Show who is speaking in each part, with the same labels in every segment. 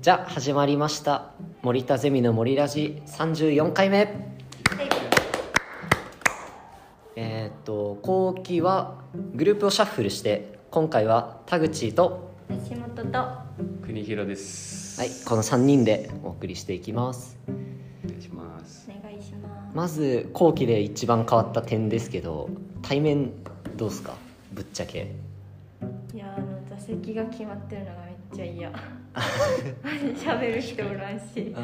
Speaker 1: じゃあ始まりました森田ゼミの森ラジ34回目えーっと後期はグループをシャッフルして今回は田口と
Speaker 2: 橋本とは
Speaker 3: 国広です。
Speaker 1: はいこの3人でお送りしていきます
Speaker 3: お願いします。
Speaker 2: お願いします
Speaker 1: まず後期で一番変わった点ですけど対面どうすかぶっちゃけ
Speaker 2: いやあの座席が決まってるのがめっちゃ嫌 喋る人おらんし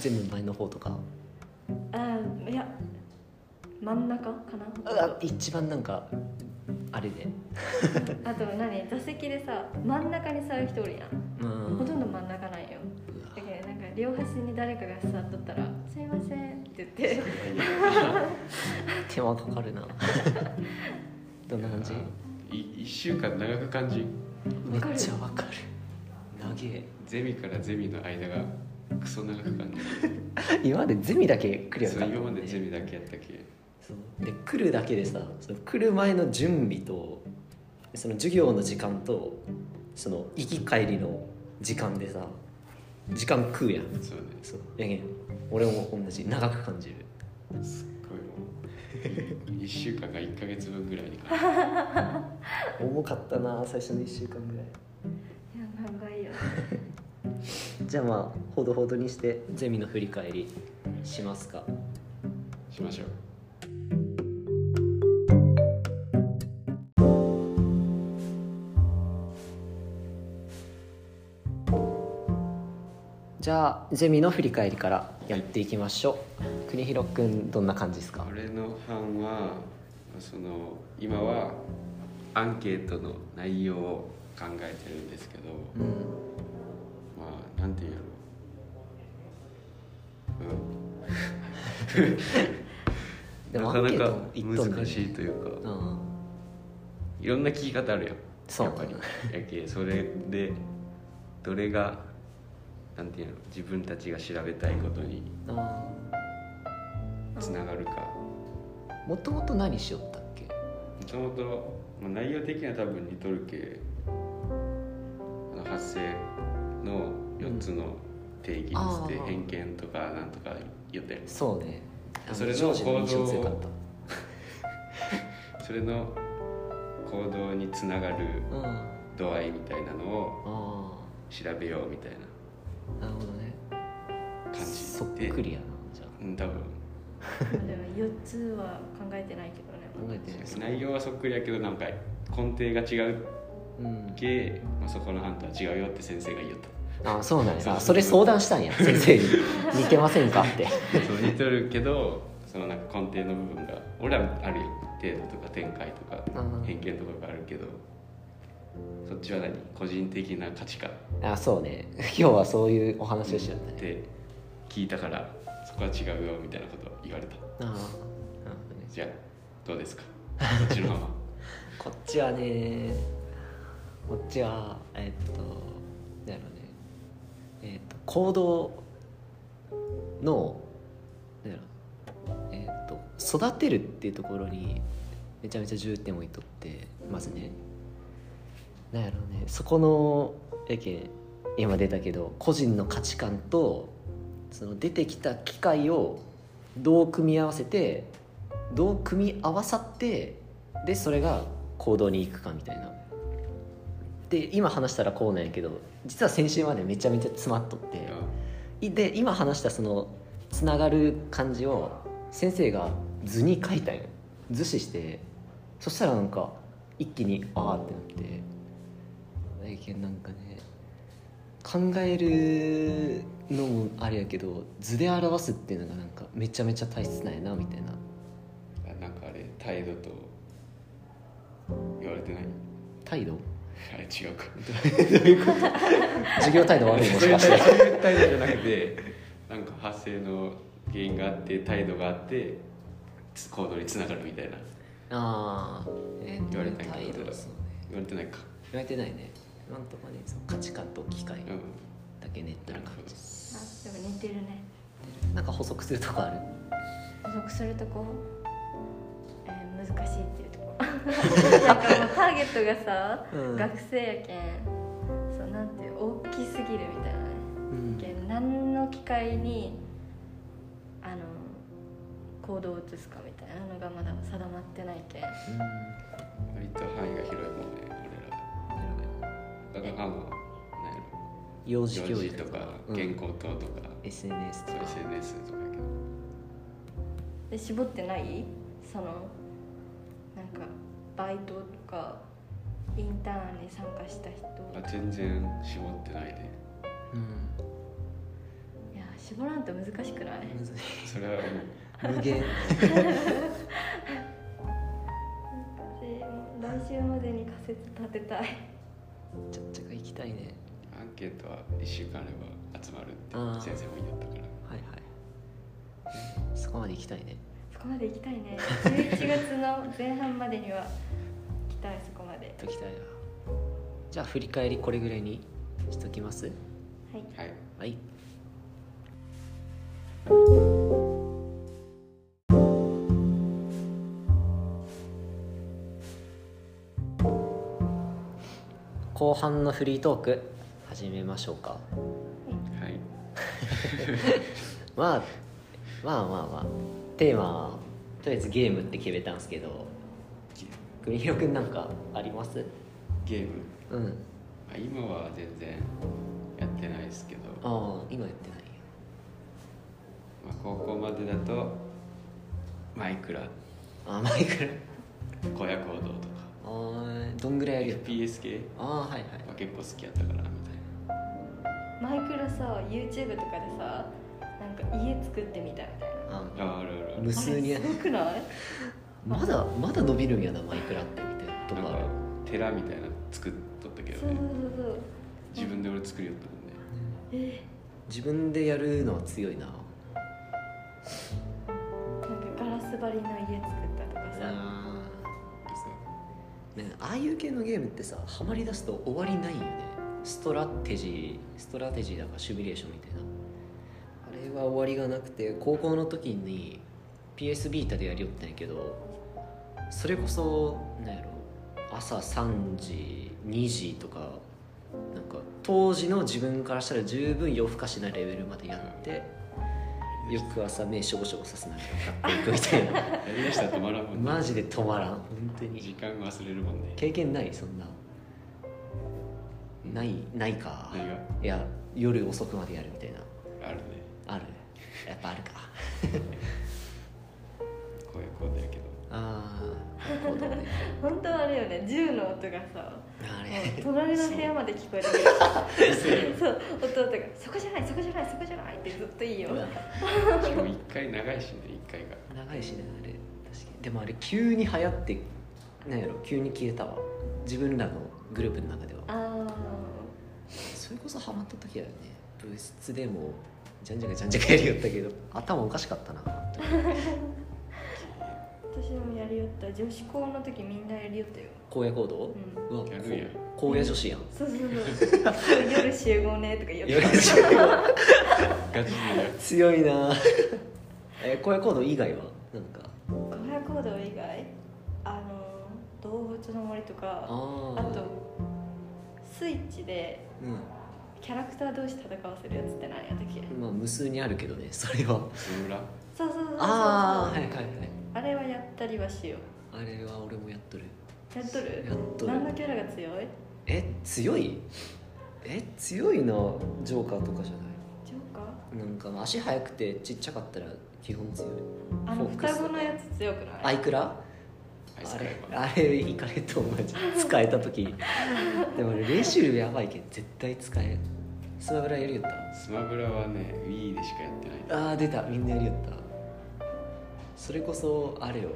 Speaker 1: 全部前の方とか
Speaker 2: あーいや真ん中かな
Speaker 1: あ一番なんかあれで
Speaker 2: あと何座席でさ真ん中に座る人おるやん
Speaker 1: う
Speaker 2: ほと
Speaker 1: ん
Speaker 2: んど真ん中ないよだけどなんか両端に誰かが座っとったら「すいません」って言って
Speaker 1: 手間かかる などんな感じ
Speaker 3: い一週間長く感じ。
Speaker 1: め
Speaker 2: わかる
Speaker 1: っちゃわかる長え
Speaker 3: ゼミからゼミの間がクソ長く感
Speaker 1: 今までゼミだけ来り
Speaker 3: じ。
Speaker 1: ゃよ
Speaker 3: そ
Speaker 1: か
Speaker 3: う
Speaker 1: った
Speaker 3: 今ま
Speaker 1: ん
Speaker 3: でゼミだけやったけ。
Speaker 1: そうで来るだけでさその来る前の準備とその授業の時間とその行き帰りの時間でさ時間食うやん
Speaker 3: そうね。
Speaker 1: そうやけん俺も同じ長く感じる
Speaker 3: すっごいもう一週間が一ヶ月分ぐらいに感じる。
Speaker 1: 重かったな最初の1週間ぐらい
Speaker 2: いや長いよ
Speaker 1: じゃあまあほどほどにしてゼミの振り返りしますか
Speaker 3: しましょう。
Speaker 1: じゃあゼミの振り返りからやっていきましょう国広くんどんな感じですか
Speaker 3: 俺の班はその今はアンケートの内容を考えてるんですけど、
Speaker 1: うん
Speaker 3: まあなんていうんやろう。うん。
Speaker 1: でも
Speaker 3: な
Speaker 1: ア
Speaker 3: か
Speaker 1: ン
Speaker 3: な
Speaker 1: ケー
Speaker 3: か
Speaker 1: ト行っとんね
Speaker 3: 難しいという
Speaker 1: う
Speaker 3: か
Speaker 1: ん
Speaker 3: いろんな聞き方あるやん
Speaker 1: そう
Speaker 3: やっぱりやけそれでどれがなんていうの自分たちが調べたいことに
Speaker 1: あ
Speaker 3: つながるか
Speaker 1: ーもともと何しよったっけ
Speaker 3: もともとまあ内容的には多分似とるけあの発生の4つの定義
Speaker 1: あ
Speaker 3: っ
Speaker 1: ー
Speaker 3: て偏見とかなんとか言ったやん
Speaker 1: そうね
Speaker 3: それの
Speaker 1: 常時印象
Speaker 3: 行動
Speaker 1: 強かっ
Speaker 3: それの行動につながる
Speaker 1: たうんあ
Speaker 3: 度合いみたいなのを
Speaker 1: あ
Speaker 3: 調べようみたいな
Speaker 1: ーなるほどね
Speaker 3: 感じ
Speaker 1: そっ
Speaker 3: で
Speaker 1: くりやなじゃ
Speaker 3: うん多分
Speaker 2: でも4つは考えてないけどね
Speaker 1: あ考えてない
Speaker 3: 内容はそっくりやけどなんか根底が違う
Speaker 1: うん
Speaker 3: け、まあ、そこの判断は違うよって先生が言った
Speaker 1: あーそうなん
Speaker 3: そ
Speaker 1: や
Speaker 3: うそう
Speaker 1: あそれ相談したん や先生に似てませんかって
Speaker 3: そう似とるけどそのなんか根底の部分が俺らあるよ程度とか展開とか
Speaker 1: うん
Speaker 3: 偏見とかがあるけどそっちは何個人的な価値観っ
Speaker 1: あーそうね今日はそういうお話をしよったね
Speaker 3: て聞いたからそこは違うよみたいなこと言われた
Speaker 1: あーなるほどね
Speaker 3: じゃあどうで すかそっちのまま
Speaker 1: こっちはねこっちはえっとなんやろねえっと行動のなんやろえっと育てるっていうところにめちゃめちゃ重点を置いとってますねなんやろねそこのやけん今出たけど個人の価値観とその出てきた機会をどう組み合わせてどう組み合わさってでそれが行動に行くかみたいなで今話したらこうなんやけど実は先週までめちゃめちゃ詰まっとっていで今話したそのつながる感じを先生が図に書いたんよ図示してそしたらなんか一気にああってなって大変なんかね考えるのもあれやけど図で表すっていうのがなんかめちゃめちゃ大切なんやなみたいな
Speaker 3: あなんかあれ態度と言われてない
Speaker 1: 態度
Speaker 3: あれ違うか
Speaker 1: 授業態度悪いもしか して
Speaker 3: そういう態度じゃなくてなんか発生の原因があって態度があってつ行動につながるみたいな
Speaker 1: ああえー
Speaker 3: 言われたんや
Speaker 1: 態
Speaker 3: けど
Speaker 1: 度そうね
Speaker 3: 言われてないか
Speaker 1: 言われてないね今んとこねその価値観と機会
Speaker 3: うん
Speaker 1: だけねって
Speaker 3: な
Speaker 1: る
Speaker 3: る
Speaker 1: 感
Speaker 3: ほ
Speaker 1: じ
Speaker 3: ど
Speaker 2: あでも似てるね
Speaker 1: なんか補足するとこある
Speaker 2: 補足するとこ、えー難しいっていうとこなんかもうターゲットがさ、
Speaker 1: うん
Speaker 2: 学生やけんそうなんていう大きすぎきるみたいなね
Speaker 1: うん
Speaker 2: けん何の機会にあの行動を移すかみたいなのがまだ定まってないけん
Speaker 3: 割と範囲が広いもんね俺らだからはなんやろ
Speaker 1: 幼児
Speaker 3: 行
Speaker 1: 教
Speaker 3: 事
Speaker 1: 育
Speaker 3: とか
Speaker 1: うん
Speaker 3: 健康等とか、
Speaker 1: SNS と
Speaker 3: そう
Speaker 1: か
Speaker 3: SNS とかやけど
Speaker 2: で絞ってないそのなんかバイトとかインターンに参加した人
Speaker 3: あ全然絞ってないで
Speaker 1: うん
Speaker 2: いや絞らんと難しくない
Speaker 1: むずい
Speaker 3: それはもう
Speaker 1: 無限
Speaker 2: で来週までに仮説立てたい
Speaker 1: ちゃっちゃか行きたいね
Speaker 3: アンケートは1週間あれば集まる
Speaker 1: あー
Speaker 3: って先生も言いよったから
Speaker 1: はいはいそこまで行きたいね
Speaker 2: そこまで行きたいね11月の前半までには行きたいそこまで
Speaker 1: 行きたいなじゃあ振り返りこれぐらいにしときます
Speaker 2: はい
Speaker 3: はい
Speaker 1: はい後半のフリートーク始めましょうか
Speaker 3: はい
Speaker 1: まあまあまあまあテーマはとりあえずゲームって決めたんですけど国広くんなんかあります
Speaker 3: ゲーム、
Speaker 1: うん
Speaker 3: まあ、今は全然やってないですけど
Speaker 1: ああ今やってない
Speaker 3: まあ、高校までだとマイクラ
Speaker 1: あマイクラ
Speaker 3: 荒野行動とか
Speaker 1: あーどんぐらいやるよ
Speaker 3: FPS 系
Speaker 1: ああはいはい
Speaker 3: は結構好きやったからみたい
Speaker 2: マイクラさ YouTube とかでさなんか家作ってみたみたいな
Speaker 1: あ
Speaker 3: なああるある
Speaker 1: 無数に
Speaker 2: あれすごくない
Speaker 1: まだまだ伸びるんやなマイクラってみたいなと
Speaker 3: なん
Speaker 1: こあ
Speaker 3: か
Speaker 1: る
Speaker 3: 寺みたいなの作っとったけ
Speaker 2: そ
Speaker 3: ど
Speaker 2: うそう
Speaker 3: ね
Speaker 2: そうそう
Speaker 3: 自分で俺作りよったもんね
Speaker 1: 自分でやるのは強いな
Speaker 2: なんかガラス張りの家作ったとかさ
Speaker 1: あ
Speaker 3: そ
Speaker 1: ねああいう系のゲームってさハマりだすと終わりないよねストラテジーストラテジーだからシミュレーションみたいなあれは終わりがなくて高校の時に PS ビータでやりよったんやけどそれこそなんやろ朝3時2時とかなんか当時の自分からしたら十分夜更かしなレベルまでやって翌朝目しょぼしょぼさせながら買っていくみたいな
Speaker 3: うやりだしたら止まらんもんね
Speaker 1: マジで止まらん本当に
Speaker 3: 時間忘れるもんね
Speaker 1: 経験ないそんなないないか
Speaker 3: 何が
Speaker 1: いや夜遅くまでやるみたいな
Speaker 3: あるね
Speaker 1: あるやっぱあるか
Speaker 3: 荒野行動やけど
Speaker 1: ああなるほどね
Speaker 2: 本当はあれよね銃の音が さ
Speaker 1: あ
Speaker 2: もう
Speaker 1: れ
Speaker 2: 隣の部屋まで聞こえてくる そう弟が「そこじゃないそこじゃないそこじゃない」ってずっといい よ
Speaker 1: うわ
Speaker 3: しかも1回長いしね1回が
Speaker 1: 長いしねあれ確かにでもあれ急に流行ってなんやろ急に消えたわ自分らのグループの中では
Speaker 2: あー
Speaker 1: それこそハマった時だよね部室でもじゃんじゃかじゃんじゃかやりよったけど頭おかしかったな本当に
Speaker 2: 私もやりよった女子校の時みんなやりよったよ、
Speaker 1: 荒野行動
Speaker 2: う、ん、
Speaker 1: うわ
Speaker 3: やるやん
Speaker 1: こ荒野女子やん
Speaker 2: そうそうそう夜集合ねとか言って
Speaker 1: 夜
Speaker 2: た
Speaker 1: 女子やん
Speaker 3: ガチでやる
Speaker 1: 強いなえ荒野行動以外はなんか
Speaker 2: 荒野行動以外あの動物の森とかあ
Speaker 1: あ
Speaker 2: とスイッチで
Speaker 1: う
Speaker 2: キャラクター同士戦わせるやつって何やったっけ
Speaker 1: んまあ無数にあるけどねそれは
Speaker 3: その裏
Speaker 2: そうそうそうそう
Speaker 1: ああはいはいはい
Speaker 2: あれはやったりはしよ
Speaker 1: あれは俺もやっとる
Speaker 2: うやっとる
Speaker 1: やっとる
Speaker 2: 何のキャラが強い
Speaker 1: え強いえ強いなジョーカーとかじゃな
Speaker 2: ジョーカ
Speaker 1: いなんかまあ足速くてちっちゃかったら基本強い
Speaker 2: ーあの
Speaker 1: フォックス
Speaker 2: 双子のやつ強くない
Speaker 1: アイクラ
Speaker 3: アイ
Speaker 1: あ
Speaker 3: スクラ
Speaker 1: れ
Speaker 3: イマー
Speaker 1: あれいかれとマジ使えた時でも俺レシルやばいけん絶対使えんスマブラやりよった
Speaker 3: スマブラはね Wii でしかやってな
Speaker 1: あ
Speaker 3: い
Speaker 1: あ出たみんなやりよったそれこそあれよ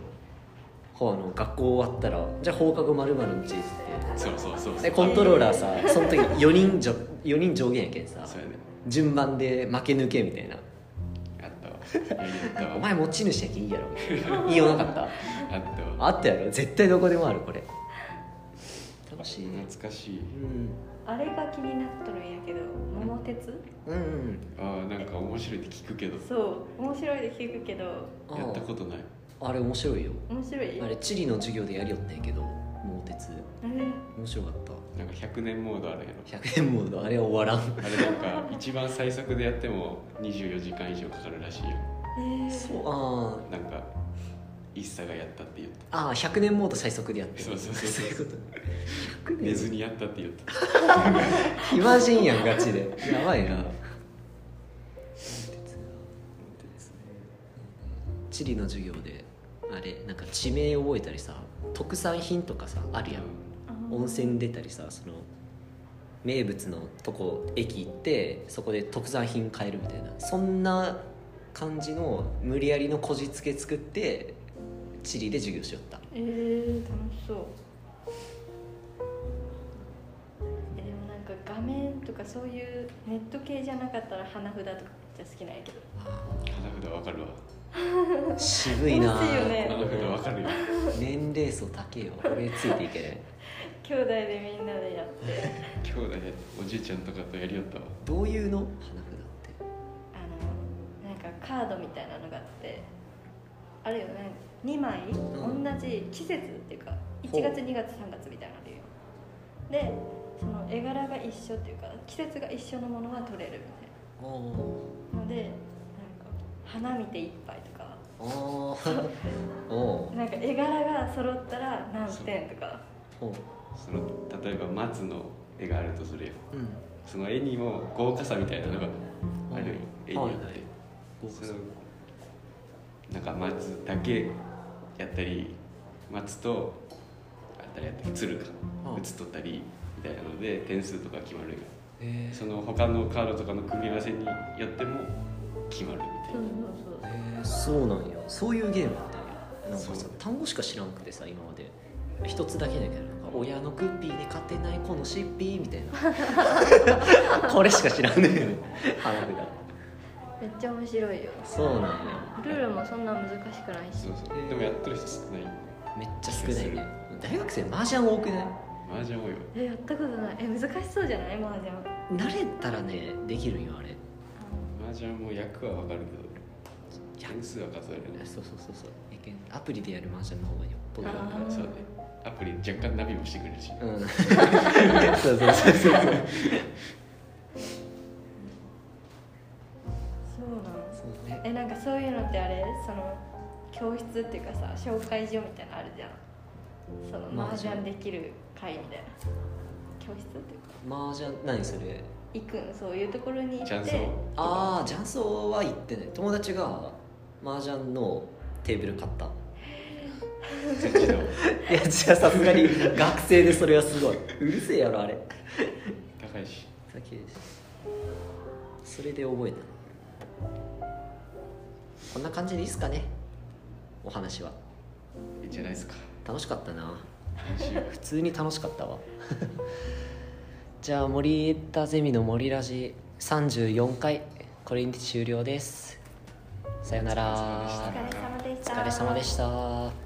Speaker 1: ほうあの学校終わったらじゃあ放課後まるの日っつっ
Speaker 3: そうそうそう
Speaker 1: て
Speaker 3: そ
Speaker 1: で
Speaker 3: う
Speaker 1: コントローラーさその時4人じょ4人上限やけんさ
Speaker 3: そうやね
Speaker 1: 順番で負け抜けみたいな
Speaker 3: あったわやりよった
Speaker 1: 「 お
Speaker 3: わ
Speaker 1: 前持ち主やけんいいやろ」みたいな言いようなかった
Speaker 3: あった
Speaker 1: あ
Speaker 3: わ
Speaker 1: ったやろ絶対どこでもあるこれ楽しいね
Speaker 3: 懐かしい
Speaker 1: うん
Speaker 2: あれが気になっとるんやけど桃鉄
Speaker 1: うんうん
Speaker 3: ああなんか面白いって聞くけど
Speaker 2: そう面白いで聞くけど
Speaker 1: あ
Speaker 3: やったことない
Speaker 1: あれ面白いよ
Speaker 2: 面白い
Speaker 1: あれ地理の授業でやりよったんやけども鉄
Speaker 2: うん
Speaker 1: 面白かった
Speaker 3: なんか100年モードあるやろ
Speaker 1: 100円モードあれは終わらん
Speaker 3: あれ なんか一番最速でやっても24時間以上かかるらしいよ
Speaker 2: えー
Speaker 1: そうあ
Speaker 3: なんか一茶がやったって言って
Speaker 1: あああ100年モード最速でやって
Speaker 3: そうそうそう
Speaker 1: そういうこと100
Speaker 3: 寝
Speaker 1: 年
Speaker 3: ずにやったって言った
Speaker 1: 暇人やんガチでやばいな地理の授業であれなんか地名覚えたりさ特産品とかさあるやん
Speaker 2: あー
Speaker 1: 温泉出たりさその名物のとこ駅行ってそこで特産品買えるみたいなそんな感じの無理やりのこじつけ作って地理で授業しよった
Speaker 2: えー、楽しそうえでもなんか画面とかそういうネット系じゃなかったら花札とかめっちゃ好きなんやけど
Speaker 3: 花札わかるわ
Speaker 1: 渋いな
Speaker 2: 楽しいよね
Speaker 3: 花札わかるよ
Speaker 1: 年齢層高えよ俺ついていけない
Speaker 2: 兄弟でみんなでやって
Speaker 3: 兄弟やおじいちゃんとかとやりよったわ
Speaker 1: どういうの花
Speaker 2: あのなんかカードみたいなのがあってあるよね2枚、
Speaker 1: ん
Speaker 2: 同じ季節っていうか
Speaker 1: ほう
Speaker 2: 1月2月3月みたいなのあるよでその絵柄が一緒っていうか季節が一緒のものは取れるみ
Speaker 1: 札
Speaker 2: たいなのでなんか花見て一杯とか
Speaker 1: ってああおう
Speaker 2: なんか絵柄が揃ったら何点とか
Speaker 1: ほ
Speaker 3: その例えば松の絵があるとするやん
Speaker 1: ううん
Speaker 3: その絵にも豪華さみたいなのがあるよ絵によっ
Speaker 1: はいはい
Speaker 3: てそのなんか松だけやったり松とあったりやったり鶴か
Speaker 1: うん
Speaker 3: 写っとったりみたいなので点数とか決まるよ
Speaker 1: え
Speaker 3: その他のカードとかの組み合わせによっても決まるみたいな
Speaker 2: そう
Speaker 1: えーそうなんやそういうゲームだったんやなんか
Speaker 3: そ
Speaker 1: さ
Speaker 3: う
Speaker 1: 単語しか知らんくてさ今まで一つだけだけどなんか親のクッピーに勝てないこのシッピーみたい なこれしか知らんねんよ花札
Speaker 2: めっちゃ面白いよ
Speaker 1: そうなんや
Speaker 2: ルールもそんな難しくないし
Speaker 3: そうそ
Speaker 1: へー
Speaker 3: うでもやってる人少ない
Speaker 1: めっちゃ少ないね大学生麻雀多くない
Speaker 3: 麻雀多いよ
Speaker 2: えやったことないえ難しそうじゃないマージャン
Speaker 1: 慣れたらねできるんよあれ
Speaker 3: 麻雀も役は分かるけど
Speaker 1: や
Speaker 3: 点数は数えるね
Speaker 1: そうそうそうそういけんアプリでやる麻雀の方がよっぽど
Speaker 2: あー
Speaker 3: そうねアプリ若干ナビもしてくれるし
Speaker 1: うん そうそうそうそうそう
Speaker 2: そうなんです
Speaker 1: そうね
Speaker 2: えなんかそういうのってあれその教室っていうかさ紹介所みたいなのあるじゃんその
Speaker 1: まあ
Speaker 2: マージャンできる会みたいな教室っていうか
Speaker 1: 麻雀何それ
Speaker 2: 行くんそういうところに行って
Speaker 3: チャンスを
Speaker 1: ああ雀荘は行ってない友達が麻雀のテーブル買った
Speaker 3: そっちの
Speaker 1: いや違うさすがに学生でそれはすごいうるせえやろあれ
Speaker 3: 高いし
Speaker 1: だけそれで覚えたこんな感じでいいっすかねお話はい
Speaker 3: いんじゃないですか
Speaker 1: 楽しかったな
Speaker 3: 練習
Speaker 1: 普通に楽しかったわ じゃあ森田ゼミの森ラジ34回これにて終了ですさよなら
Speaker 3: お疲れ様でした
Speaker 2: お疲れ様でした
Speaker 1: お疲れ様でした